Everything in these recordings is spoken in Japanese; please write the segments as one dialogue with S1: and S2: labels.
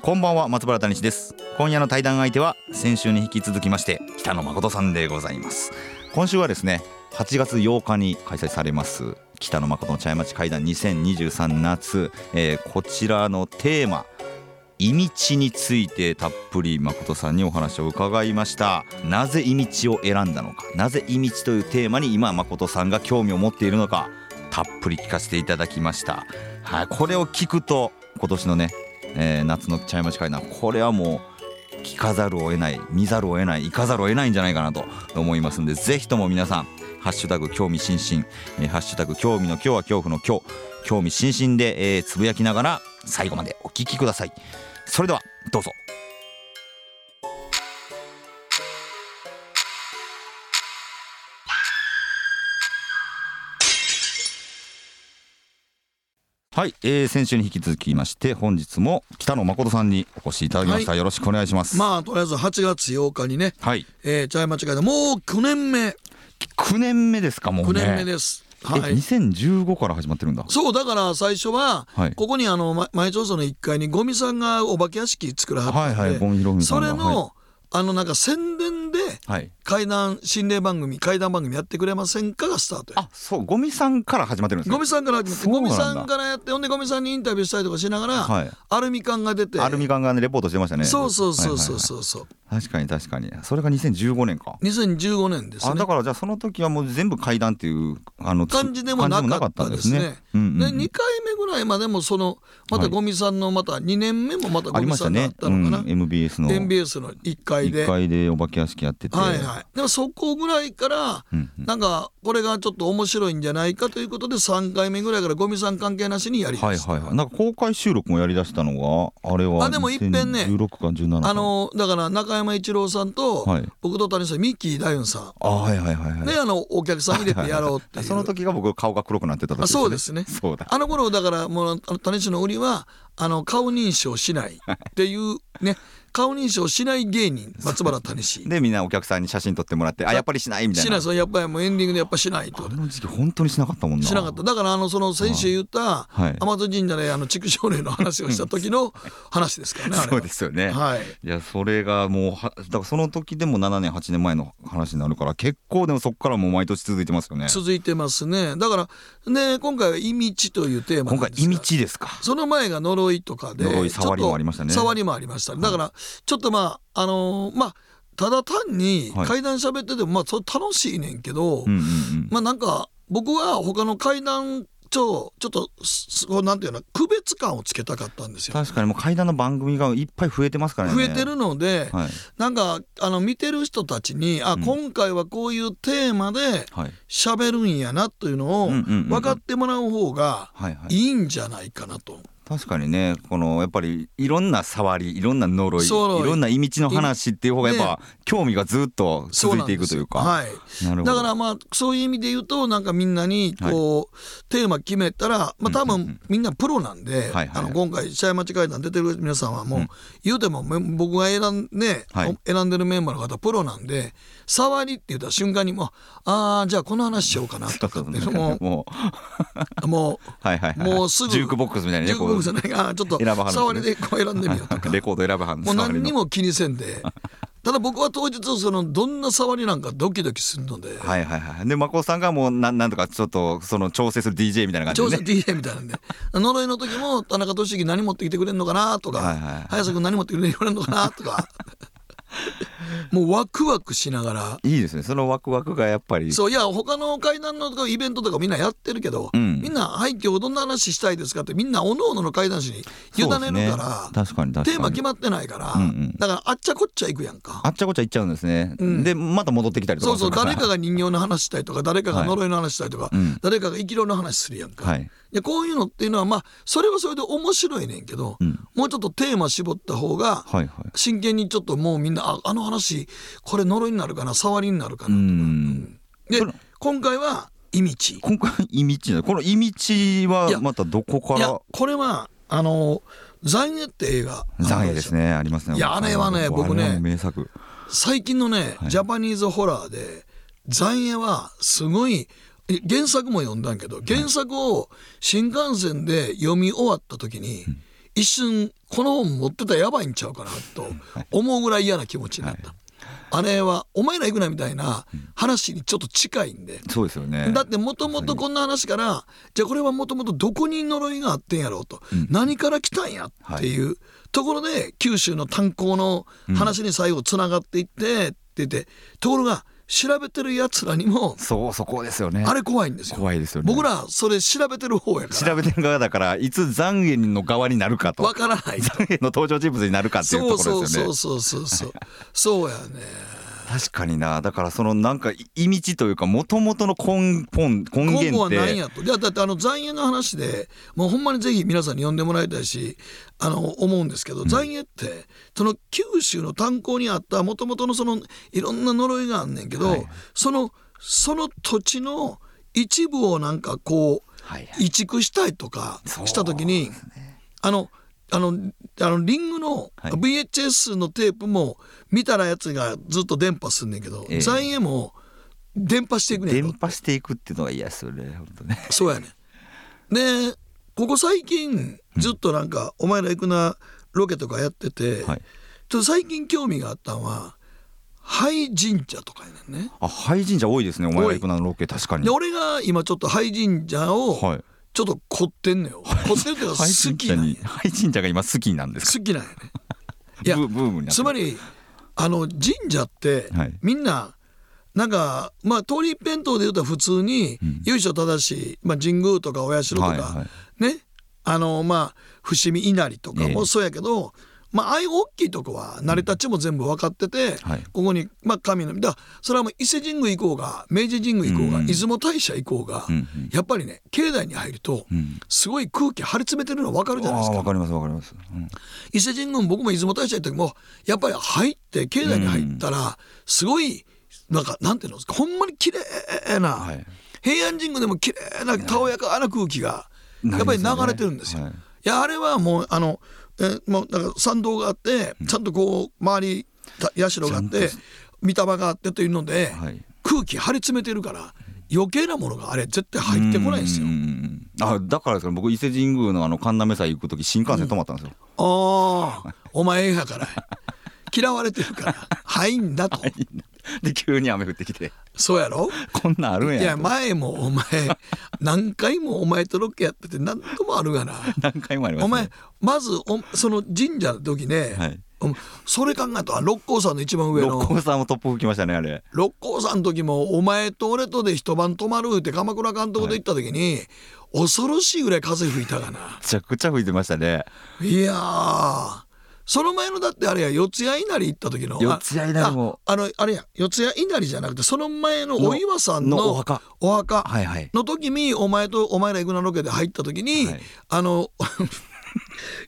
S1: こんばんは松原谷志です今夜の対談相手は先週に引き続きまして北野誠さんでございます今週はですね8月8日に開催されます北野誠の茶屋町会談2023夏、えーこちらのテーマ意味地についてたっぷり誠さんにお話を伺いましたなぜ意味地を選んだのかなぜ意味地というテーマに今誠さんが興味を持っているのかたっぷり聞かせていただきましたはい、これを聞くと今年のね、えー夏の茶屋町会談これはもう聞かざるを得ない見ざるを得ない行かざるを得ないんじゃないかなと思いますんでぜひとも皆さん「ハッシュタグ興味津々」えーハッシュタグ興味の今日は恐怖の今日」興味津々で、えーつぶやきながら最後までお聞きくださいそれではどうぞはい、えー先週に引き続きまして本日も北野誠さんにお越しいただきました、
S2: はい
S1: よろしくお願いします
S2: まあとりあえず8月8日にね、
S1: はい
S2: えー、茶屋町会でもう9年目
S1: 9年目ですかもうね
S2: 9年目です、は
S1: え
S2: い
S1: 2015から始まってるんだ
S2: そうだから最初は、
S1: はい
S2: ここにあのま前町村の1階にゴミさんがお化け屋敷作らはったんで、
S1: はいはいゴミ拾いさん
S2: そ
S1: が
S2: れの、あのなんか宣伝で
S1: はい
S2: 怪談心霊番組怪談番組やってくれませんかがスタートや
S1: あそうゴミさんから始まってるんですね
S2: ゴミさんから始まって
S1: そうな
S2: ゴ
S1: んだ
S2: ミさんからやってほんでゴミさんにインタビューしたりとかしながら、
S1: はい
S2: アルミ缶が出て
S1: アルミ缶がねレポートしてましたね
S2: そうそうそうそう
S1: は
S2: そうそう、
S1: いはいはい確かに確かにそれが2015年か、
S2: 2015年ですね
S1: あだからじゃあその時はもう全部階段っていうあのつ
S2: 感じでもなかったです
S1: 感じ
S2: ね。で
S1: もなかったんですねうんうんうん
S2: 2回目ぐらいまでもそのまたゴミさんのまた2年目もまた
S1: あ
S2: ゴ
S1: り
S2: ミ
S1: まし
S2: さ
S1: た
S2: んが
S1: ね
S2: あったのかな、
S1: うん、MBS の
S2: MBS の1階で。
S1: 1階でお化け屋敷やってて
S2: はいはい、でもそこぐらいから、
S1: うんうん
S2: なんかこれがちょっと面白いんじゃないかということで3回目ぐらいからゴミさん関係なしにやり
S1: は
S2: ま
S1: い
S2: した、
S1: はいはいなんか公開収録もやりだしたのがあれは
S2: あでもいっぺんね
S1: 16か17か
S2: あのだから中山一郎さんと、
S1: はい
S2: 僕と谷さんミッキー大雲さ
S1: あはいはいはいはい
S2: んであのお客さん入れてやろうっていう
S1: その時が僕顔が黒くなってた時
S2: あそうですね
S1: そうだ
S2: あの頃だからもうあの種市の売りはあの顔認証しないっていうね顔認証しない芸人松原種市
S1: でみんなお客さんに写真撮ってもらってあやっぱりしないみたいな
S2: しないそうやっぱりもうエンディングでやっぱしないってこ
S1: あ
S2: と
S1: の時期本当にしなかったもんな
S2: しなかっただからあのその先週言った
S1: はい
S2: 天津神社であの畜生霊の話をした時の話ですからねあれは
S1: そうですよね、
S2: はい
S1: い、やそれがもうはだからその時でも7年8年前の話になるから結構でもそこからもう毎年続いてますよね
S2: 続いてますねだからね今回は「意味地」というテーマ
S1: 今
S2: なん
S1: 回
S2: ですが
S1: 意味地ですか
S2: その前が呪いとかで
S1: 呪い触りもありましたね
S2: ちょっと触りもありましたねだからちょっとまああのーまあただ単に
S1: はい
S2: 階段喋ってても、まあそれ楽しいねんけ
S1: うん
S2: ど、
S1: うんうん
S2: まあなんか僕は他の階段とちょっとすこうなんていうの区別感をつけたかったんですよ。
S1: 確かにもう階段の番組がいっぱい増えてますからね
S2: 増えてるので、
S1: はい
S2: なんかあの見てる人たちにあ、
S1: うん
S2: 今回はこういうテーマで
S1: はい
S2: 喋るんやなというのを
S1: うんうんうんうん
S2: 分かってもらう方が
S1: はいはい
S2: いいんじゃないかなと。
S1: 確かにねこのやっぱりいろんな触りいろんな呪いい
S2: そう
S1: ろんな意味地の話っていう方がやっぱ興味がずっと
S2: そ
S1: 続い
S2: なん
S1: てい
S2: で
S1: く
S2: す
S1: という
S2: よ
S1: か
S2: はい。
S1: なるほど
S2: だからまあそういう意味で言うとなんかみんなにこう、テーマ決めたらまあ多
S1: うんうんう
S2: 分みんなプロなん
S1: は
S2: で、
S1: いはい
S2: あの今回試合間違い談出てる皆さんはもう、言うてもめ僕が選んで、
S1: はい
S2: 選んでるメンバーの方プロなんで触りって言った瞬間にもうああじゃあこの話しようかなとかっていうのも
S1: もう
S2: うも
S1: はいはい、
S2: う
S1: はい、
S2: もうすぐ
S1: ジュークボックスみたいなね
S2: ジュークボックスじゃないかちょっと
S1: 選ばはるんですね
S2: 触りでこう選んでみようとか
S1: こう レコード選ぶはん
S2: もう何に
S1: も
S2: も気にせんでただ僕は当日そのどんな触りなんかドキドキするので。
S1: はいはいはいでマコさんがもうなんなんとかちょっとその調整する DJ みたいな
S2: 調
S1: 感じ
S2: 査
S1: でね
S2: DJ みたいなんで呪いの時も田中俊樹何持ってきてくれんのかなとか、
S1: はいはい
S2: 早瀬君何持ってくれるのかな とかもうワクワクしながら
S1: いいですねそのワクワクがやっぱり
S2: そういや他の階段のとかイベントとかみんなやってるけど、
S1: うん
S2: みんな「はい今日どんな話したいですか?」ってみんなおのおのの階段師に委
S1: そうです
S2: ねるから、
S1: 確かに確かに
S2: テーマ決まってないから、
S1: うんうん
S2: だからあっちゃこっちゃ行くやんか
S1: あ。っちゃこっちゃ行っちゃうんですね、
S2: うん
S1: でまた戻ってきたりとか
S2: そうそ
S1: す
S2: う
S1: るら
S2: 誰かが人形の話したりとか誰かが呪いの話したりとか、
S1: うん
S2: 誰かが生きろの話するやんか、
S1: はい
S2: いやこういうのっていうのはまあそれはそれで面白いねんけど、
S1: うん
S2: もうちょっとテーマ絞った方が
S1: はいはい
S2: 真剣にちょっともうみんなああの話これ呪いになるかな触りになるか
S1: う
S2: な、
S1: ん
S2: で
S1: それ
S2: 今回は「イミチ」
S1: 今回意味地なのこの意味地
S2: い
S1: は
S2: や
S1: またどこか
S2: いや
S1: ら
S2: これはあの「ザイネ」って映画
S1: 残影ですねありますね
S2: いやあれはね僕ね
S1: あれも名作
S2: 最近のね、
S1: はい
S2: ジャパニーズホラーで残影はすごいえ原作も読んだんけど原作を新幹線で読み終わった時に、一瞬この本持ってたらやばいんちゃうかなと思うぐらい嫌な気持ちになった、あれはお前ら行くなみたいな話にちょっと近いんで、
S1: そうですよね
S2: だってもともとこんな話からじゃあこれはもともとどこに呪いがあってんやろうと、何から来たんやっていうところで九州の炭鉱の話に最後つながっていってって言ってところが調べてるやつらにも
S1: そうそこですよね
S2: あれ怖いんですよ。
S1: 怖いですよね
S2: 僕らそれ調べてる方やから
S1: 調べてる側だからいつ残影の側になるかと
S2: わからない
S1: 残影の登場人物になるかっていうと
S2: そう
S1: ころ
S2: そう
S1: ですよね
S2: そうそうそうそうそうやね
S1: 確かになだからそのなんか意味地というか元々の根本根
S2: 今後
S1: 源っ
S2: は
S1: て
S2: 何やといやだってあの残影の話でもうほんまにぜひ皆さんに読んでもらいたいしあの思うんですけど、残影ってその九州の炭鉱にあったもともとのそのいろんな呪いがあんねんけど、
S1: はい
S2: そのその土地の一部をなんかこう
S1: はいはい
S2: 移築したいとかした時に、あのあのあのリングの
S1: はい
S2: VHS のテープも見たらやつがずっと電波すんねんけど、
S1: ええ
S2: 残影も電波していくねん
S1: 伝播していくっていうのがいやそれ本当ね
S2: そうやねでここ最近ずっとなんか「お前ら行くな」ロケとかやってて、
S1: はい
S2: ちょっと最近興味があったのは廃神社とかやねんね。
S1: あ廃神社多いですねお前ら行くなのロケ確かに
S2: で俺が今ちょっと廃神社を
S1: はい
S2: ちょっと凝ってんのよ。凝ってるっていうか
S1: 廃
S2: 好
S1: 神
S2: き
S1: 社
S2: なん
S1: に
S2: や。
S1: 廃神社が今好きなんですか
S2: 好きなんやね。いや
S1: ブブームになって
S2: つまりあの神社って
S1: はい
S2: みんななんかまあ通り一辺倒で言うと普通に由緒正しい、まあ、神宮とかお社とか、
S1: はいは
S2: ねあのまあ伏見稲荷とか
S1: ええ
S2: もそうやけど、まあああいう大きいとこは成り立ちも全部分かってて、
S1: はい
S2: ここに、まあ、神のだからそれはもう伊勢神宮行こうが明治神宮行こうが、
S1: うん
S2: 出雲大社行こうが、
S1: うんうん
S2: やっぱりね境内に入ると、
S1: うん
S2: すごい空気張り詰めてるの分かるじゃない
S1: あ
S2: です
S1: あ
S2: か
S1: わ。かりますわかります、うん
S2: 伊勢神宮も僕も出雲大社行った時もやっぱり入って境内に入ったらすごいなんかなんていうんですかほんまに綺麗な、
S1: はい
S2: 平安神宮でも綺麗なたおやかな空気がやっぱり流れてるんですよ。
S1: はい
S2: い、やあれはもうあのえもうだから参道があってちゃんとこう周りた社があって御霊があってというので、
S1: はい
S2: 空気張り詰めてるから余計なものがあれ絶対入ってこないんですよ
S1: う。んあだからですか僕伊勢神宮のあの神田目祭行く時新幹線止まったんですよ、
S2: ああお前やから嫌われてるから入んだと。
S1: で急に雨降ってきて
S2: そうやろ
S1: こんなんあるん
S2: い
S1: や
S2: や
S1: と
S2: 前もお前何回もお前とロケやってて何ともあるがな
S1: 何回もあります、
S2: お
S1: ね、
S2: 前まずおその神社の時ね、
S1: はい
S2: お前それ考えたら六甲山の一番上
S1: 六
S2: の
S1: 甲さんもトップ吹きましたねあれ
S2: 六甲山の時もお前と俺とで一晩泊まるって鎌倉監督と行った時に、恐ろしいぐらい風吹いたが
S1: め
S2: な
S1: ちゃくちゃ吹いてましたね
S2: いやーその前のだってあれや四谷稲荷行った時のあ
S1: 四谷稲荷も
S2: ああのあれや四谷稲荷じゃなくてその前のお岩さんの
S1: ののお墓
S2: お墓
S1: はいはい
S2: の時にお前とお前ら行くなロケで入った時に、
S1: はい
S2: あの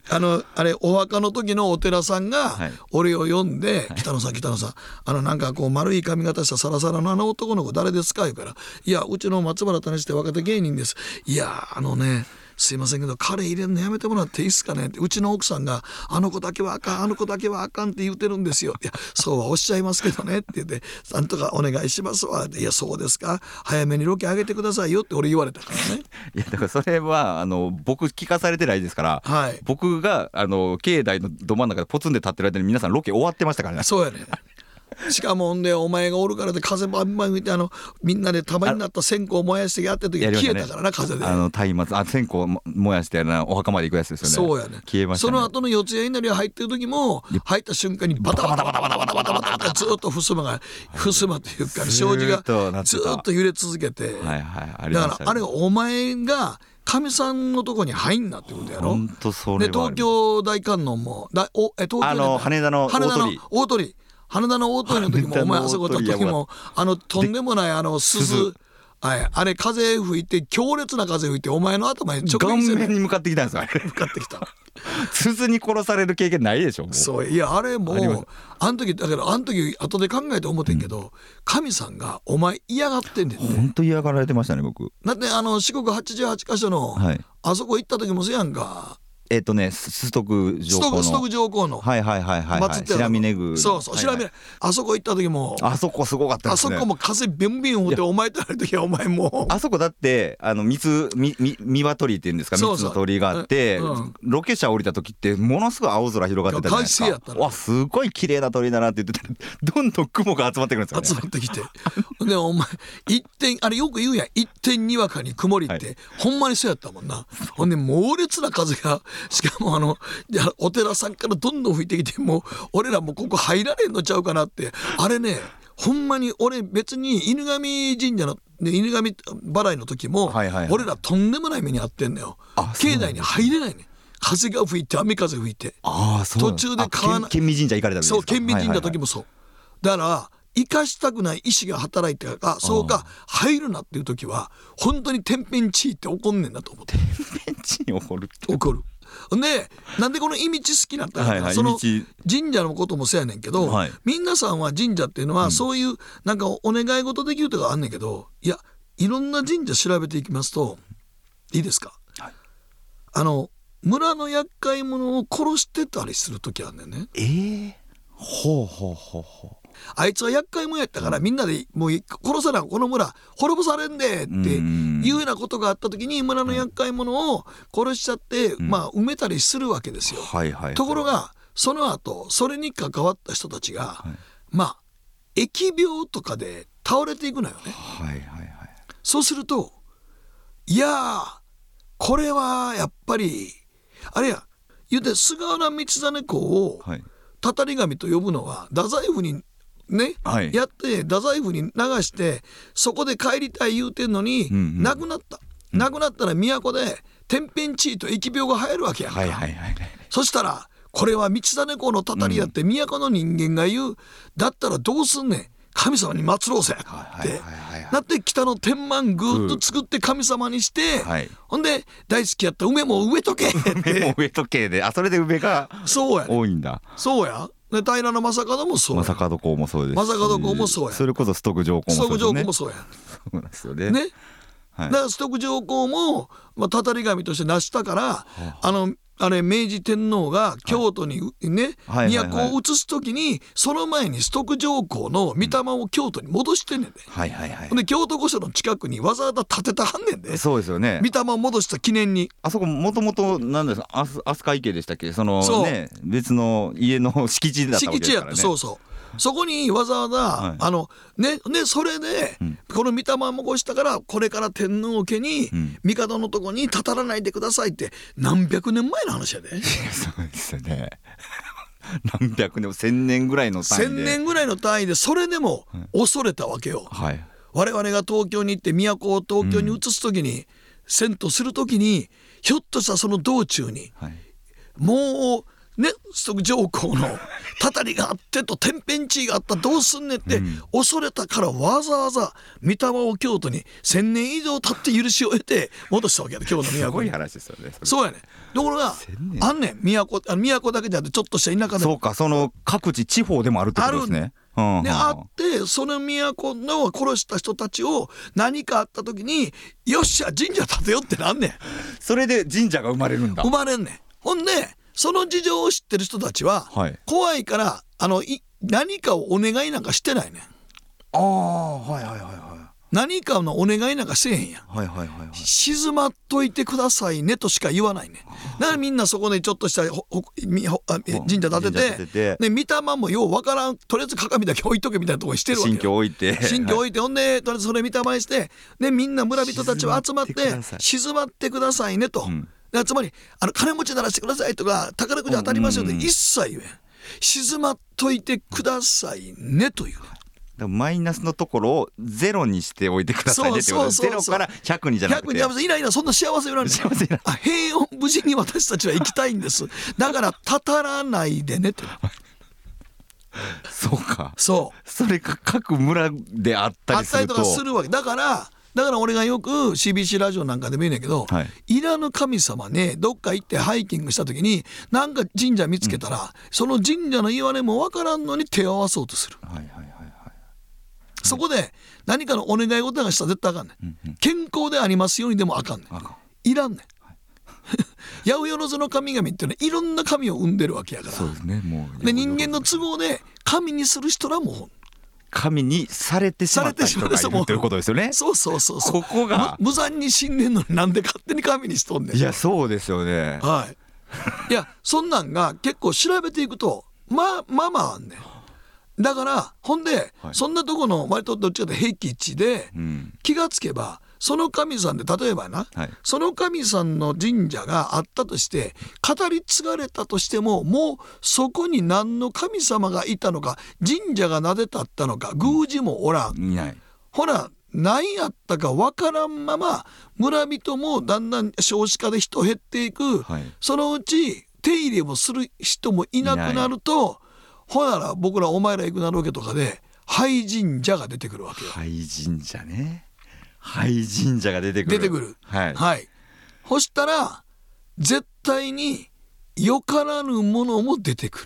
S2: あのあれお墓の時のお寺さんが
S1: はい
S2: 俺を呼んで「北野さん北野さんあのなんかこう丸い髪型したサラサラのあの男の子誰ですか?」言うから「いやうちの松原谷して若手芸人です」「いやあのねすいませんけど彼入れんのやめてもらっていいっすかね」ってうちの奥さんが「あの子だけはあかんあの子だけはあかん」って言ってるんですよ「いやそうはおっしゃいますけどね」って言って「なんとかお願いしますわ」って「いやそうですか早めにロケ上げてくださいよ」って俺言われたからね。
S1: いやだからそれはあの僕聞かされてないですから、
S2: はい
S1: 僕があの境内のど真ん中でポツンで立ってる間に皆さんロケ終わってましたからね
S2: そうやね。しかもほんでお前がおるからで風バンバン吹いてあのみんなで玉になった線香を燃やしてやってる時
S1: やりまし
S2: 消
S1: た
S2: え
S1: ね
S2: たからな風で。
S1: あの松明あ線香も燃やしてあのお墓まで行くやつですよね
S2: そうやね
S1: 消えました、
S2: そ
S1: ね、
S2: の後の四谷稲荷が入ってる時も入った瞬間にバタバタバタバタバタバタバタってずっと襖が襖というか障子
S1: ずーっとな
S2: が
S1: って
S2: ず
S1: た
S2: ーっと揺れ続けて、
S1: はいはいありま
S2: だ
S1: した、ね、
S2: からあれがお前がかみさんのとこに入んなってことやろ
S1: 本当そ
S2: で
S1: れはあ
S2: 東
S1: ります
S2: 京大観音もだおえ東京
S1: あの
S2: じゃない
S1: 羽田の大鳥
S2: 羽田の大鳥羽田の大鳥の時
S1: 羽
S2: も
S1: 田の
S2: お前あそこ行った時
S1: 大鳥や
S2: もあのとんでもないあの鈴はい、あれ風吹いて強烈な風吹いてお前の頭に直
S1: 顔
S2: 撃す
S1: 面
S2: る
S1: に向かってきたんですよあれ
S2: 向かってきた
S1: 鈴に殺される経験ないでしょもう
S2: そういやあれも
S1: あります
S2: あの時だからあの時後で考えて思ってんけど、神さんが「お前嫌がってんねん」
S1: 本当嫌がられてましたね僕
S2: だってあの四国88カ所の、
S1: はい
S2: あそこ行った時もそうやんか
S1: えっ、とねスストク上
S2: ス
S1: 皇
S2: ト
S1: の
S2: クストク上皇の、
S1: はいはいはいはい、は
S2: 祭っ
S1: い、
S2: てある
S1: 白峰宮
S2: そうそう
S1: はい
S2: 調
S1: はい
S2: べない、あそこ行った時もあ,、
S1: あそこすごかったです
S2: そ
S1: ね
S2: こも風ビュンビュン吹ってお前とやる時はお前もう
S1: あそこだってあの蜜みみ三輪鳥居っていうんですか
S2: そ
S1: 三
S2: う
S1: つ
S2: そう
S1: の鳥居があって、
S2: うん
S1: ロケ車降りた時ってものすごい青空広がってたじゃないです
S2: 快晴やった
S1: か
S2: の
S1: わすごい綺麗な鳥居だなって言ってた どんどん雲が集まってくるんですよ、ね、
S2: 集まってきてでお前一点あれよく言うやん一点にわかに曇りって、
S1: はい
S2: ほんまにそうやったもんなほんで猛烈な風がしかもあのいやお寺さんからどんどん吹いてきてもう俺らもうここ入られんのちゃうかなってあれねほんまに俺別に犬神神社の、ね、犬神払いの時も、
S1: はいはいはい
S2: 俺らとんでもない目に遭ってんのよ
S1: あそうな
S2: 境
S1: んだ
S2: 内に入れないね風が吹いて雨風吹いて
S1: ああそう
S2: 途中で川
S1: あ県民神社行かれたんですか
S2: そう県民神社の
S1: はいはいは
S2: 時
S1: い
S2: もそう、だから生かしたくない意志が働いてあそうか入るなっていう時は本当に天変地異って怒んねんなと思って
S1: ベンチに 怒るって
S2: 怒るでなんでこの意味知好きになったかって
S1: はいはい
S2: その
S1: 意味
S2: 神社のこともそうやねんけど、
S1: はい
S2: 皆さんは神社っていうのはそういうなんかお願い事できるとかあんねんけどいやいろんな神社調べていきますといいですか、
S1: はい
S2: あの村の厄介者を殺してたりする時あんねんね
S1: ええほうほうほうほう
S2: あいつは厄介者やったからみんなでもう殺さなこの村滅ぼされんでっていうようなことがあった時に村の厄介者を殺しちゃって、まあ埋めたりするわけですよ。
S1: はいはいはい
S2: ところがその後それに関わった人たちが、まあ疫病とかで倒れていくのよね。
S1: はいはいはい
S2: そうするといやーこれはやっぱりあれや言うて菅原道真公を、
S1: はい
S2: たたり神と呼ぶのは太宰府にね、
S1: はい
S2: やって太宰府に流してそこで帰りたい言うてんのに、
S1: うんうん
S2: 亡くなった亡くなったら都で天変地異と疫病が流行るわけやんか、
S1: はいはいはいはい
S2: そしたらこれは道真公のたたりやって都の人間が言う、だったらどうすんねん神様に祀ろうぜって、
S1: はいはいはいはい
S2: なって北の天満ぐっと作って神様にして、
S1: はい
S2: ほんで大好きやった梅も植えとけっ
S1: でも
S2: て
S1: 上時計であそれで上が
S2: そうやね
S1: 多いんだ
S2: そうやで平将門もそうや
S1: 正門公もそうですし
S2: 正門公もそうや
S1: それこそストク上皇も
S2: スト
S1: そ
S2: ック
S1: うです
S2: 上
S1: よ
S2: 皇
S1: ね
S2: もそうや
S1: そうなんですよね
S2: ね、
S1: はい
S2: だからストック上皇も、まあ、たたり神として成したから、あのあれ明治天皇が京都に、ね、
S1: はいはいはい
S2: 都を移す時にその前にストック上皇の御霊を京都に戻してんねんで、
S1: はいはいはい
S2: ほんで京都御所の近くにわざわざ建てたはんねんで
S1: そうですよね
S2: 御霊を戻した記念に
S1: あそこもともと何ですかあす飛鳥池でしたっけその
S2: そう
S1: ね別の家の敷地だったわけ
S2: 敷
S1: で
S2: 地
S1: す
S2: や
S1: か
S2: っ
S1: ら
S2: て
S1: ね
S2: そうそうそこにわざわざ、
S1: はい
S2: あのねねそれで、
S1: ん
S2: この御霊もこしたからこれから天皇家に、
S1: ん
S2: 帝のとこにたたらないでくださいって何百年前の話やで。
S1: そうですよね 何百年も千年ぐらいの単位で
S2: 1000年ぐらいの単位でそれでも恐れたわけよ。
S1: はい
S2: 我々が東京に行って都を東京に移す時に、遷都する時にひょっとしたらその道中に
S1: はい
S2: もうね即上皇のたたりがあってと天変地異があったどうすんねんって恐れたからわざわざ御霊を京都に1,000年以上経って許しを得て戻したわけやで京都の
S1: す
S2: 都
S1: ごい
S2: に。
S1: 話ですよねそれ
S2: そうやねところがあんねん都あ都だけじゃなくてちょっとした田舎でも
S1: そうかその各地地方でもあるってことですねうん
S2: で
S1: うん
S2: あってその都の殺した人たちを何かあった時によっしゃ神社建てようってなんねん
S1: それで神社が生まれるんだ
S2: 生まれんねんほんでその事情を知ってる人たちは、
S1: はい
S2: 怖いからあのい何かをお願いなんかしてないねん
S1: ああはいはいはいは
S2: 何かのお願いなんかせえへんやん
S1: いはいはいはいはい
S2: 静まっといてくださいねとしか言わないねんだからみんなそこでちょっとしたほほみほあえ神社建て
S1: 神社建て
S2: てね御霊もようわからんとりあえず鏡だけ置いとけみたいなとこにしてるわけよ
S1: 新居置い て
S2: 新居置いてほんでとりあえずそれ見たまえしてでみんな村人たちは集まって静まってくださいねと、でつまりあの金持ちならしてくださいとか宝くじ当たりますよって一切言えん静まっといてくださいねという
S1: だからマイナスのところをゼロにしておいてくださいねってことです
S2: そう
S1: ゼ
S2: そうそう
S1: ロ
S2: そ
S1: から
S2: う
S1: 100にじゃな
S2: 100
S1: く
S2: に
S1: て
S2: やめていないいないそんな幸せよらん
S1: 幸せになる
S2: あ平穏無事に私たちは行きたいん ですだからたたらないでねと
S1: そうか
S2: そう
S1: それが各村であった
S2: あ
S1: り
S2: っ
S1: す
S2: たり
S1: る
S2: と
S1: と
S2: かするわけだからだから俺がよく CBC ラジオなんかでも言うねんけど、
S1: はい
S2: いらぬ神様ねどっか行ってハイキングした時になんか神社見つけたら、その神社の言われもわからんのに手を合わそうとする、
S1: はいはいはいはい
S2: そこで何かのお願い事がしたら絶対あかんねん、
S1: うんうん
S2: 健康でありますようにでもあかんね
S1: あか
S2: んいらんねん、 八百万の神々っていうのはいろんな神を生んでるわけやから
S1: そうですねもう
S2: で人間の都合で神にする人らも
S1: 神にされてしまった人がい
S2: されてしまう人も
S1: るということですよね
S2: そうそうそうそ
S1: こ
S2: う
S1: こが
S2: む無残に死んでんのになんで勝手に神にしとんねん
S1: いやそうですよね
S2: はいいやそんなんが結構調べていくとまあまあまああんねんだからほんで、
S1: はい
S2: そんなとこの割とどっちかというと僻地で、
S1: うん
S2: 気がつけばその神さんで例えばな、
S1: はい
S2: その神さんの神社があったとして語り継がれたとしてももうそこに何の神様がいたのか神社がなでたったのか宮司もおらん、
S1: いない
S2: ほら何やったかわからんまま村人もだんだん少子化で人減っていく、
S1: はい
S2: そのうち手入れもする人もいなくなるとほなら僕らお前ら行くなろうけとかで廃神社が出てくるわけよ。
S1: 廃神社ね廃神社が出てくる
S2: 出てくる
S1: はい
S2: はい。そしたら、絶対に、よからぬものも出てくる。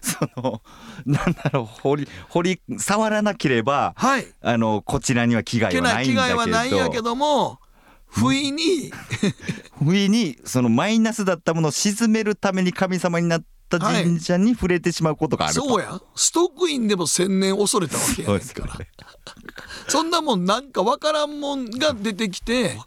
S1: そのなんだろう掘り掘り触らなければ
S2: はい。
S1: あのこちらには危害
S2: け
S1: は
S2: な
S1: ないいん
S2: 危
S1: だ
S2: 害はないんやけ
S1: けど
S2: ども、不意に、
S1: 不意にそのマイナスだったものを沈めるために神様になった神社に触れてしまうことがあると、
S2: そうや、ストックインでも千年恐れたわけや
S1: そう
S2: ね
S1: で
S2: ん
S1: す
S2: か
S1: よね
S2: ら。そんなもんなんかわからんもんが出てきて、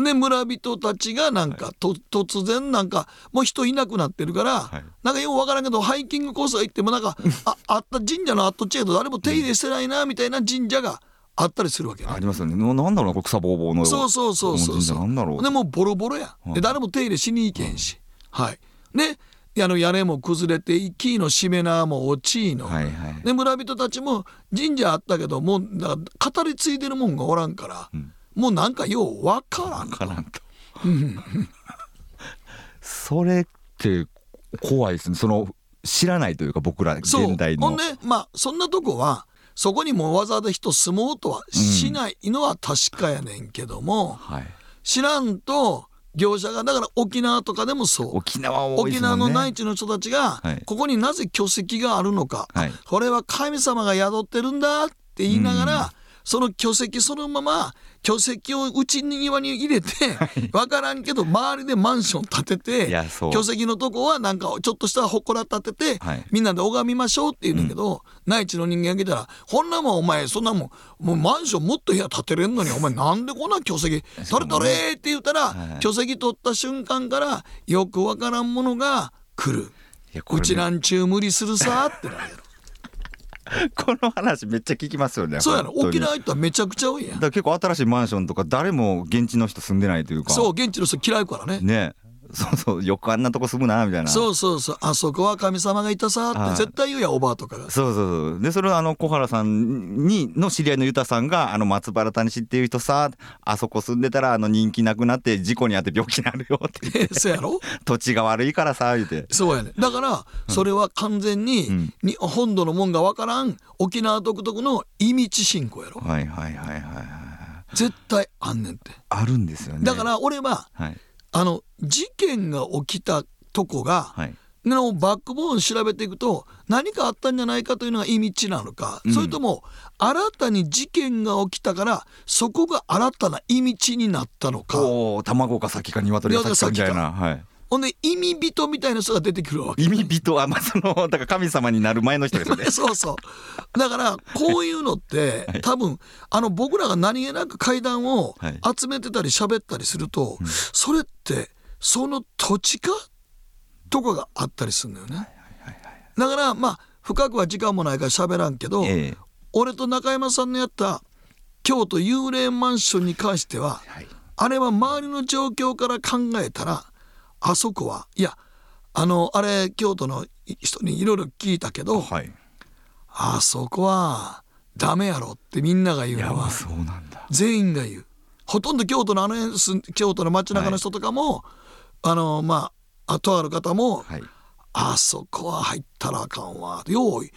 S2: ね、村人たちがなんか、と突然なんかもう人いなくなってるから、
S1: はい
S2: なんかようわからんけどハイキングコース行ってもなんかああった神社の跡地やけど誰も手入れしてないなみたいな神社があったりするわけ、ね
S1: ありますよねななんだろうなこれ草ぼうぼうの
S2: そうそうそうそう
S1: この神社
S2: そう
S1: なんだろう
S2: でもうボロボロや、
S1: はい
S2: で誰も手入れしに行けんし、はいねであの屋根も崩れていきのしめ縄も落ちいの、
S1: はいはい
S2: で村人たちも神社あったけどもうだから語り継いでるもんがおらんから、
S1: うん
S2: もうなんかようわから
S1: わ
S2: ん
S1: からんと それって怖いですねその知らないというか僕ら
S2: そう
S1: 現代
S2: ほ
S1: の
S2: んでまあそんなとこはそこにもわざわざ人住もうとはしないのは確かやねんけども、
S1: はい、
S2: 知らんと業者がだから沖縄とかでもそう
S1: 沖縄は多いで
S2: 沖
S1: すも
S2: 縄
S1: んね
S2: の内地の人たちが、
S1: はい
S2: ここになぜ巨石があるのか、
S1: はい
S2: これは神様が宿ってるんだって言いながら、その巨石そのまま巨石を内庭に入 れて、わからんけど周りでマンション建て
S1: い
S2: て
S1: やそう
S2: 巨石のとこはなんかちょっとした祠建てて、
S1: はい
S2: みんなで拝みましょうって言うんだけど、内地の人間が来たら「こんなもんお前そんなもんもうマンションもっと部屋建てれんのにお前なんでこんな巨石
S1: そう
S2: 取れ取れ!」って言ったら、
S1: はい
S2: 巨石取った瞬間からよくわからんものが来る。
S1: いやこれ
S2: う
S1: ね
S2: ちなんちゅう無 理するさってなるやろ
S1: この話めっちゃ聞きますよね
S2: そうやろ
S1: 本当に
S2: 沖縄行ったらめちゃくちゃ多いや
S1: だ
S2: ん
S1: から結構新しいマンションとか誰も現地の人住んでないというか
S2: そう現地の人嫌いからね
S1: ねそうそうよくあんなとこ住むなみたいな
S2: そううそうそうあそこは神様がいたさ
S1: は
S2: っ
S1: い
S2: て絶対言うやんおばあと かが
S1: そうそうそうでそれをあの小原さんにの知り合いのユタさんが「あの松原谷氏っていう人さあそこ住んでたらあの人気なくなって事故に遭って病気になるよ」って 言って
S2: そうやろ
S1: 「土地が悪いからさ」言うて
S2: そうやねだからそれは完全に,、
S1: うん
S2: に本土のもんがわからん沖縄独特の意味地信仰やろ
S1: はいはいはいはいはい
S2: 絶対あんねんって
S1: あるんですよね
S2: だから俺は
S1: はい
S2: あの事件が起きたとこが、
S1: はい
S2: のバックボーンを調べていくと何かあったんじゃないかというのが意味地なのか、
S1: うん
S2: それとも新たに事件が起きたからそこが新たな意味地になったのか
S1: おお卵が先か鶏が先かみたいなはい
S2: ほんで意味人みたいな人が出てくるわけ。
S1: 意味人はまあそのだから神様になる前の人ですよね
S2: そうそうだからこういうのって、
S1: はい
S2: 多分あの僕らが何気なく階段を
S1: はい
S2: 集めてたり喋ったりすると、それってその土地かとかがあったりするんだよね。だからまあ深くは時間もないから喋らんけど、
S1: ええ
S2: 俺と中山さんのやった京都幽霊マンションに関しては
S1: はい
S2: あれは周りの状況から考えたらあそこはいやあのあれ京都の人にいろいろ聞いたけど、
S1: はい
S2: あそこはダメやろってみんなが言う
S1: いや
S2: の
S1: まあ
S2: は
S1: そうなんだ
S2: 全員が言うほとんど京都のあの辺住ん京都の街中の人とかも、あのまああとある方も、
S1: はい
S2: あそこは入ったらあかんわよう取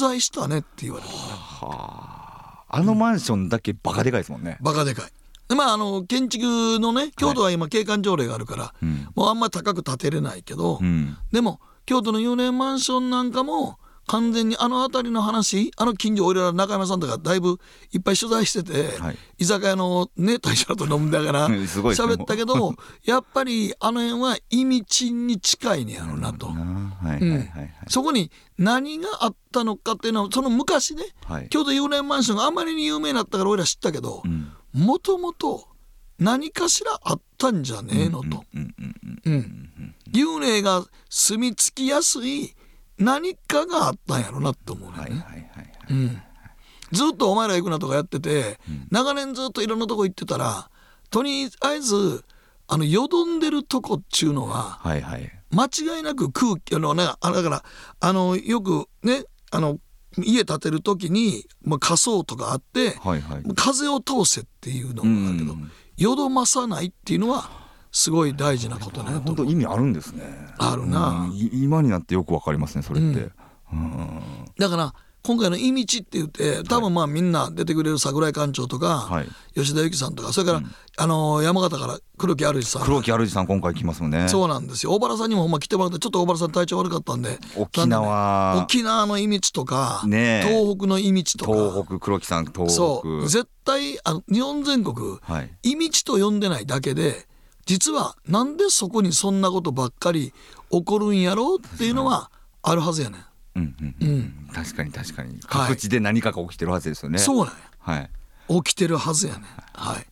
S2: 材したねって言われる
S1: はああのマンションだけバカでかいですもんね。
S2: バカでかい。でまあ、あの建築のね京都は今景観条例があるから、
S1: うん
S2: もうあんま高く建てれないけど、
S1: うん
S2: でも京都の有名マンションなんかも完全にあの辺りの話あの近所俺ら中山さんとかだいぶいっぱい取材してて、
S1: はい
S2: 居酒屋のね大将と飲みながら
S1: すごいですね
S2: 喋ったけ どやっぱりあの辺は意味賃に近いねやろなと。
S1: なあはいはいはいはい。
S2: そこに何があったのかっていうのはその昔ね、
S1: はい
S2: 京都有名マンションがあまりに有名だったから俺ら知ったけど
S1: うん
S2: もともと何かしらあったんじゃねえのと、
S1: うんうんうん
S2: うん幽霊が住み着きやすい何かがあったんやろなって思うね、
S1: はいはいはいはい。
S2: うん、ずっと「お前ら行くな」とかやってて、長年ずっといろんなとこ行ってたらとりあえずあのよどんでるとこっちゅうのは
S1: はいはい。
S2: 間違いなく空気あのねあだからあのよくねあの家建てる時に、まあ、仮想とかあって、
S1: はいはい。
S2: 風を通せっていうのもあるけど、
S1: うん
S2: よどまさないっていうのはすごい大事なことねと
S1: 本当意味あるんですね。
S2: あるな
S1: うんい今になってよくわかりますねそれって。うん
S2: だから今回の「いみち」って言って多分まあみんな出てくれる桜井館長とか、
S1: はい
S2: 吉田由紀さんとかそれから、あのー山形から黒木主さん
S1: 黒木主さん今回来ますもんね。
S2: そうなんですよ大原さんにもほんま来てもらってちょっと大原さん体調悪かったんで
S1: 沖縄
S2: なんでね沖縄の「いみち」とか、
S1: ねえ
S2: 東北の「いみち」とか
S1: 東北黒木さん東北。
S2: そう絶対あの日本全国
S1: はい。
S2: 意味地と呼んでないだけで実はなんでそこにそんなことばっかり起こるんやろうっていうのはあるはずやねん。
S1: うんうん
S2: う
S1: うん
S2: ん、
S1: 確かに確かに各地で何かが起きてるはずですよね。
S2: そうなん
S1: はい。
S2: や起きてるはずやねん。はい、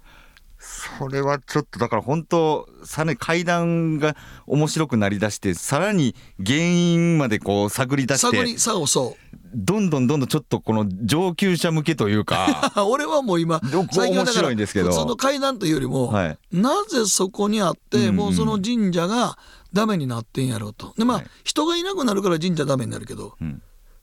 S1: それはちょっとだから本当さらに階段が面白くなりだしてさらに原因までこう探り出し
S2: 探
S1: て
S2: りさあそ
S1: どんどんどんどんちょっとこの上級者向けという か
S2: う俺はもう今
S1: どこ
S2: はだから
S1: 面白いんですけど
S2: 普通の階段というよりも、
S1: はい
S2: なぜそこにあって、
S1: うんうん
S2: もうその神社がダメになってんやろうと。でまあ、
S1: はい
S2: 人がいなくなるから神社ダメになるけど
S1: うん、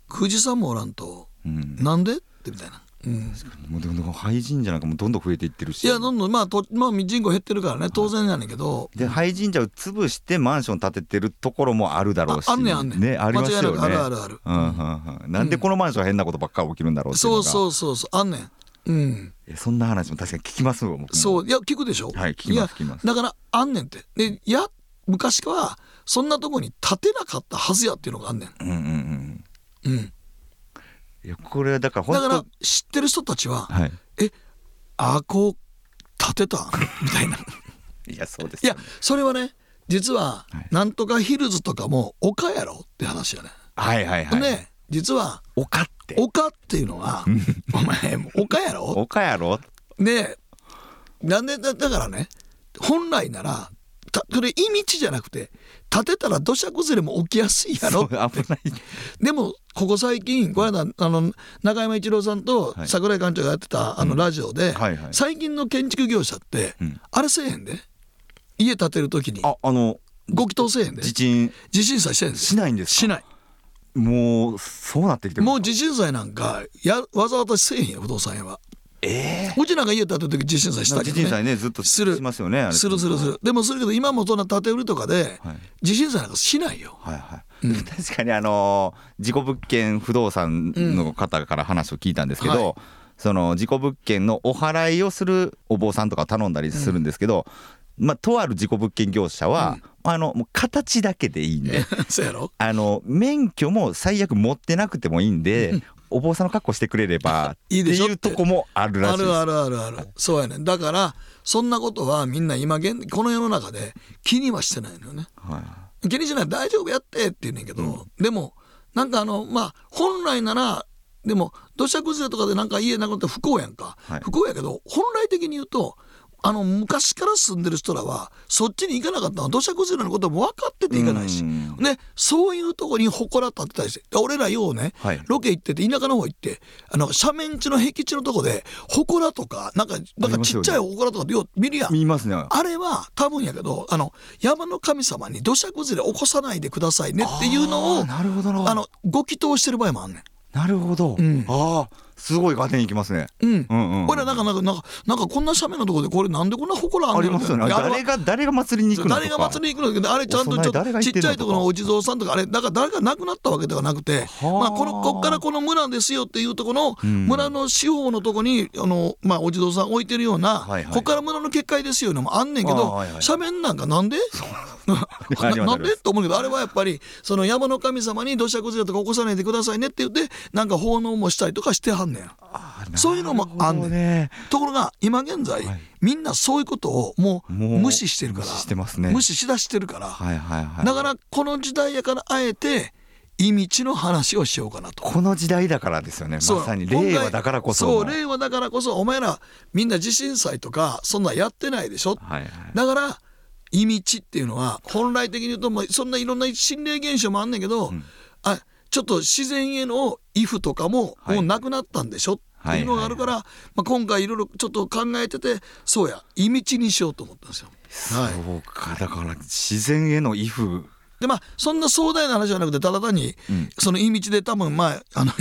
S2: 久慈さんもおらんと、
S1: うん、
S2: なんでってみたいな。うん
S1: もうでも廃神社なんかもどんどん増えていってるし
S2: いやどんどんまあと、まあ、人口減ってるからね当然やねんけど、
S1: で廃神社を潰してマンション建ててるところもあるだろうし
S2: ああんねんあんねん
S1: ありますよね
S2: 間違いなくあるある
S1: うんうんうん、なんでこのマンションは変なことばっかり起きるんだろうっていうの
S2: そう
S1: が
S2: そうそうそうあんねんうん
S1: いやそんな話も確かに聞きますよ僕も
S2: そういや聞くでしょ
S1: はい聞きます
S2: や
S1: 聞きます
S2: だからあんねんってでいや昔はそんなとこに建てなかったはずやっていうのがあんねん
S1: うんうんうん
S2: うん
S1: いやこれはだから本
S2: だ
S1: 当
S2: から知ってる人たちは
S1: はい
S2: あこう建てた みたいない
S1: やそうです
S2: い
S1: よ
S2: やそれはね実は、
S1: はい
S2: なんとかヒルズとかも丘やろって話やね、
S1: はいはいはい
S2: ね実は
S1: 丘って
S2: 丘っていうのはお前もう丘やろ
S1: 丘やろ
S2: でなんでだだからね本来ならたそれ意味地じゃなくて建てたら土砂崩れも起きやすいや
S1: そう
S2: ろ
S1: 危ない
S2: でもここ最近この間あの中山一郎さんと
S1: はい
S2: 桜井館長がやってたあのラジオで、
S1: はいはい
S2: 最近の建築業者って、
S1: うん
S2: あれせえへんで家建てる時に
S1: ああの
S2: ご祈祷せえへんで
S1: 地震
S2: 地震災してんです
S1: しないんですか
S2: しない
S1: もうそうなってきてる
S2: もう地震災なんかやわざわざせえへんよ不動産屋は
S1: ええ
S2: うちなんか家建てる時地震災したけ
S1: 地
S2: どね
S1: 震災ねずっと
S2: する
S1: しますよねあれ
S2: するするするでもするけど今もそんな建て売りとかで、
S1: はい
S2: 地震災なんかしないよ
S1: はいはい、確かにあのー事故物件不動産の方から話を聞いたんですけど、
S2: うんは
S1: その事故物件のお払いをするお坊さんとかを頼んだりするんですけど、まあとある事故物件業者は、あのもう形だけでいいんで
S2: そうやろ
S1: あの免許も最悪持ってなくてもいいんで、お坊さんの格好してくれれば
S2: いいでしょ
S1: っていうとこもあるらし
S2: あ
S1: いです。
S2: るあるあるある、そうやねんだからそんなことはみんな今現この世の中で気にはしてないのよね
S1: は
S2: 気にしない大丈夫やってって言うねんけど、でもなんかあのまあ本来ならでも土砂崩れとかでなんか家なくなって不幸やんか、
S1: はい
S2: 不幸やけど本来的に言うとあの昔から住んでる人らはそっちに行かなかったのは土砂崩れのことも分かってて行かないし、
S1: うん
S2: ね、そういうとこに祠立ってたりしてで俺らようね、
S1: はい
S2: ロケ行ってて田舎の方行ってあの斜面地の壁地のとこで祠とかなんかなんかちっちゃい祠とかでよう見るやん
S1: い、。見ますね。
S2: あれは多分やけどあの山の神様に土砂崩れ起こさないでくださいねっていうのを
S1: あーなるほどな
S2: あのご祈祷してる場合もあんねん。
S1: なるほど、
S2: ん
S1: ああすごいガテンいきますね。
S2: うん
S1: うんうん。
S2: 俺らなんかなんかなんかなんかこんな斜面のところでこれなんでこんな祠あん
S1: あり
S2: ねんみ
S1: ま
S2: たい
S1: すよね。
S2: な
S1: あれ
S2: いやあ
S1: 誰
S2: れは
S1: が誰が祭りに行くのとか。
S2: 誰が祭りに行くのだけどあれちゃんと
S1: お供
S2: ち
S1: え
S2: ょ
S1: 誰が
S2: っと
S1: 行
S2: ち
S1: っ
S2: って
S1: ん
S2: ち
S1: の
S2: ゃいところのお地蔵さんとかあれだから誰が亡くなったわけではなくて
S1: はあ
S2: まあこのこっからこの村ですよっていうところの
S1: ん
S2: 村の四方のとこにあのまあお地蔵さん置いてるような
S1: はいはい
S2: こっから村の結界ですよのもあんねんけど
S1: あはいはい
S2: 斜面なんかな んで
S1: あ
S2: な
S1: ります
S2: な
S1: あ
S2: ん
S1: り
S2: で
S1: ます
S2: と思うけどあれはやっぱりその山の神様に土砂崩れとか起こさないでくださいねって言ってなんか奉納もしたりとかしてはんねん。
S1: あー
S2: そういうのもあ
S1: な
S2: んねん
S1: るほどね。
S2: ところが今現在、
S1: はい
S2: みんなそういうことをもう
S1: もう
S2: 無視してるから
S1: 無視してますね
S2: 無視しだしてるから、
S1: はいはいはい。
S2: だからこの時代やからあえて意味地の話をしようかなと。
S1: この時代だからですよね。ま
S2: そう
S1: さに
S2: 今回
S1: 令和だからこその。
S2: そう令和だからこそお前らみんな地震災とかそんなんやってないでしょ、
S1: はいはい。
S2: だから意味地っていうのは本来的に言うとまあそんないろんな心霊現象もあんねんけど、
S1: ん
S2: あちょっと自然への畏怖とかも
S1: はい
S2: もうなくなったんでしょ、っていうのがあるから、まあ、今回いろいろちょっと考えててそうや意味地にしようと思ったんですよ。はい
S1: そうかだから自然への畏怖。
S2: でまあそんな壮大な話じゃなくてただ単に、
S1: うん
S2: そのいい道で多分まああの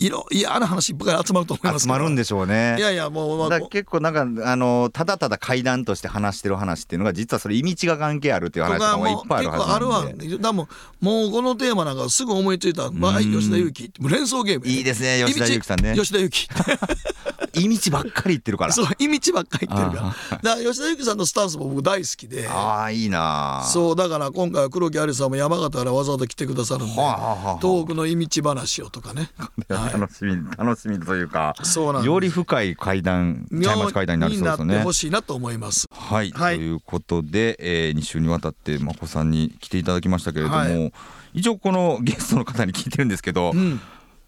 S2: いいろ嫌な話ばっかり集まると思いま
S1: 集
S2: すけど
S1: まるんでしょうね。
S2: いやいやもう、まあ
S1: だから結構なんかあのただただ階段として話してる話っていうのが実はそれ意味が関係あるっていう
S2: と
S1: 話
S2: か
S1: の方がいっ
S2: もう
S1: ぱいあ
S2: 結
S1: る
S2: 構ある
S1: は
S2: わ
S1: ずなんで。
S2: だもうもうこのテーマなんかすぐ思いついた「まあ、吉田裕樹」もう連想ゲーム
S1: いいですね吉田裕樹さんね
S2: い道吉田裕樹
S1: 意味ばっかり言ってるから。
S2: そう意味ばっかり言ってるからだから吉田裕樹さんのスタンスも僕大好きで
S1: ああいいなあ。
S2: そうだから今回は黒木有さんも山形からわざわざ来てくださるんで
S1: はあはあはあ
S2: 東北の意味話をとかね
S1: 楽しみ楽しみというか。
S2: そうなんです
S1: より深い階段、茶町階段になりそうですよ
S2: に
S1: ね
S2: なってほ。しいなと思います。
S1: はい、
S2: はい
S1: ということで、え2週にわたって眞子さんに来ていただきましたけれども、
S2: は
S1: 一応このゲストの方に聞いてるんですけど、
S2: うん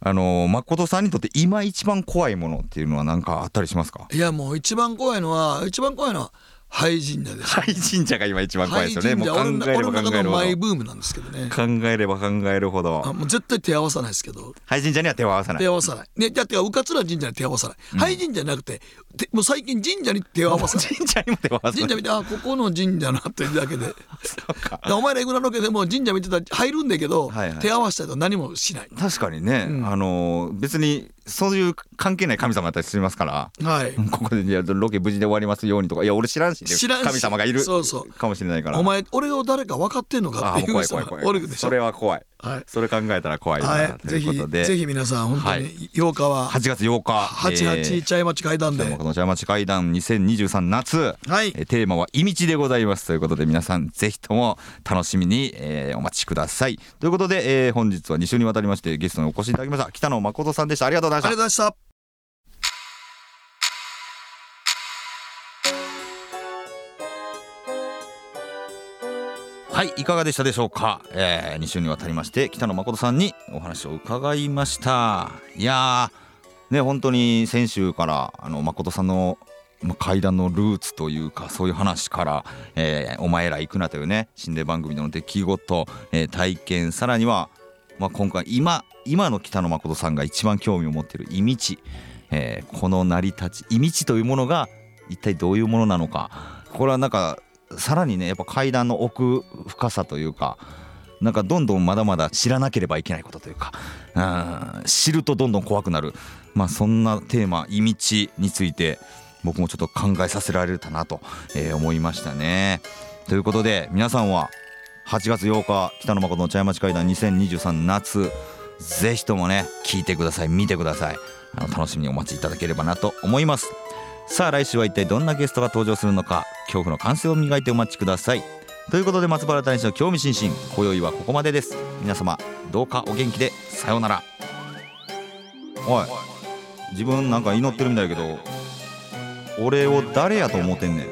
S1: あの誠さんにとって今一番怖いものっていうのは何かあったりしますか
S2: いやもう一番怖いのは一番怖いのは廃神社です。
S1: 廃神社が今一番怖いですよね。
S2: 廃
S1: もう考
S2: 俺の
S1: え
S2: 俺
S1: れ
S2: の
S1: ば考
S2: 中
S1: える
S2: の
S1: ほ
S2: マイ
S1: ど。
S2: ブームなんですけどね。
S1: 考えれば考えるほ
S2: あ
S1: ど。
S2: もう絶対手合わさないですけど
S1: 廃神社には手を合わさない
S2: 手。合わさない。ねだってうかつら神社に手合わさない。廃神社じゃなくててもう最近神社に手を合わさない。
S1: 神社にも手を合わさな
S2: 神社
S1: い。
S2: 見てあここの神社なっていうだけで。お前らいくらロケでも神社見てたら入るんだけど、
S1: はいはい
S2: 手合わせたりとか何もしない。
S1: 確かにね、
S2: うん
S1: あの別にそういう関係ない神様だったりしますから。
S2: はい。
S1: ここでいやロケ無事で終わりますようにとかいや俺知らんし,、
S2: 知らんし
S1: 神様がいる
S2: そうそう
S1: かもしれないから
S2: お前俺を誰か分かってんのか
S1: あ
S2: っ
S1: ー
S2: て
S1: も
S2: いうう
S1: 怖い怖い
S2: 人が
S1: 怖 い
S2: おるでしょ
S1: それ。は怖い、
S2: はい
S1: それ考えたら怖いな、
S2: はい、
S1: と
S2: ぜ
S1: いうこ
S2: ひ
S1: とで
S2: ぜひ皆さん本当
S1: はい
S2: に8日は
S1: 8月8日
S2: 88茶屋町会談
S1: え
S2: で、
S1: ー、この茶屋町会談2023夏、
S2: はい
S1: えーテーマは「いみち」でございますということで皆さんぜひとも楽しみに、えーお待ちくださいということで、えー本日は2週にわたりましてゲストにお越しいただきました北野誠さんでしたありがとうございま
S2: あ
S1: し
S2: りがと
S1: た
S2: うございました。
S1: はいいかがでしたでしょうか、え2週にわたりまして北野誠さんにお話を伺いましたいやーね本当に先週からあの誠さんのまあ階段のルーツというかそういう話から、えーお前ら行くな」というね心霊番組での出来事、えー体験さらには、まあ、今回今今の北野誠さんが一番興味を持っている「いみち」えーこの成り立ち「いみち」というものが一体どういうものなのかこれはなんかさらにねやっぱ階段の奥深さというかなんかどんどんまだまだ知らなければいけないことというかうん知るとどんどん怖くなる、まあ、そんなテーマ「いみち」について僕もちょっと考えさせられたなと、えー思いましたね。ということで皆さんは8月8日北野誠の茶屋町会談2023夏ぜひともね聞いてください見てくださいあの楽しみにお待ちいただければなと思いますさあ来週は一体どんなゲストが登場するのか恐怖の感性を磨いてお待ちくださいということで松原大使の興味津々今宵はここまでです皆様どうかお元気でさようならおい自分なんか祈ってるみたいだけど俺を誰やと思ってんねん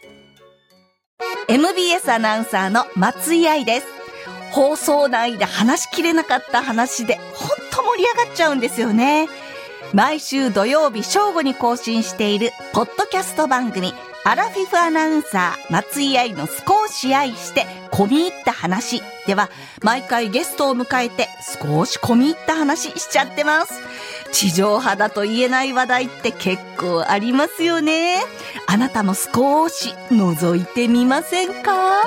S3: 「MBS アナウンサーの松井愛です」放送内で話しきれなかった話で本当盛り上がっちゃうんですよね毎週土曜日正午に更新しているポッドキャスト番組アラフィフアナウンサー松井愛の少し愛して込み入った話では毎回ゲストを迎えて少し込み入った話しちゃってます地上波だと言えない話題って結構ありますよねあなたも少し覗いてみませんか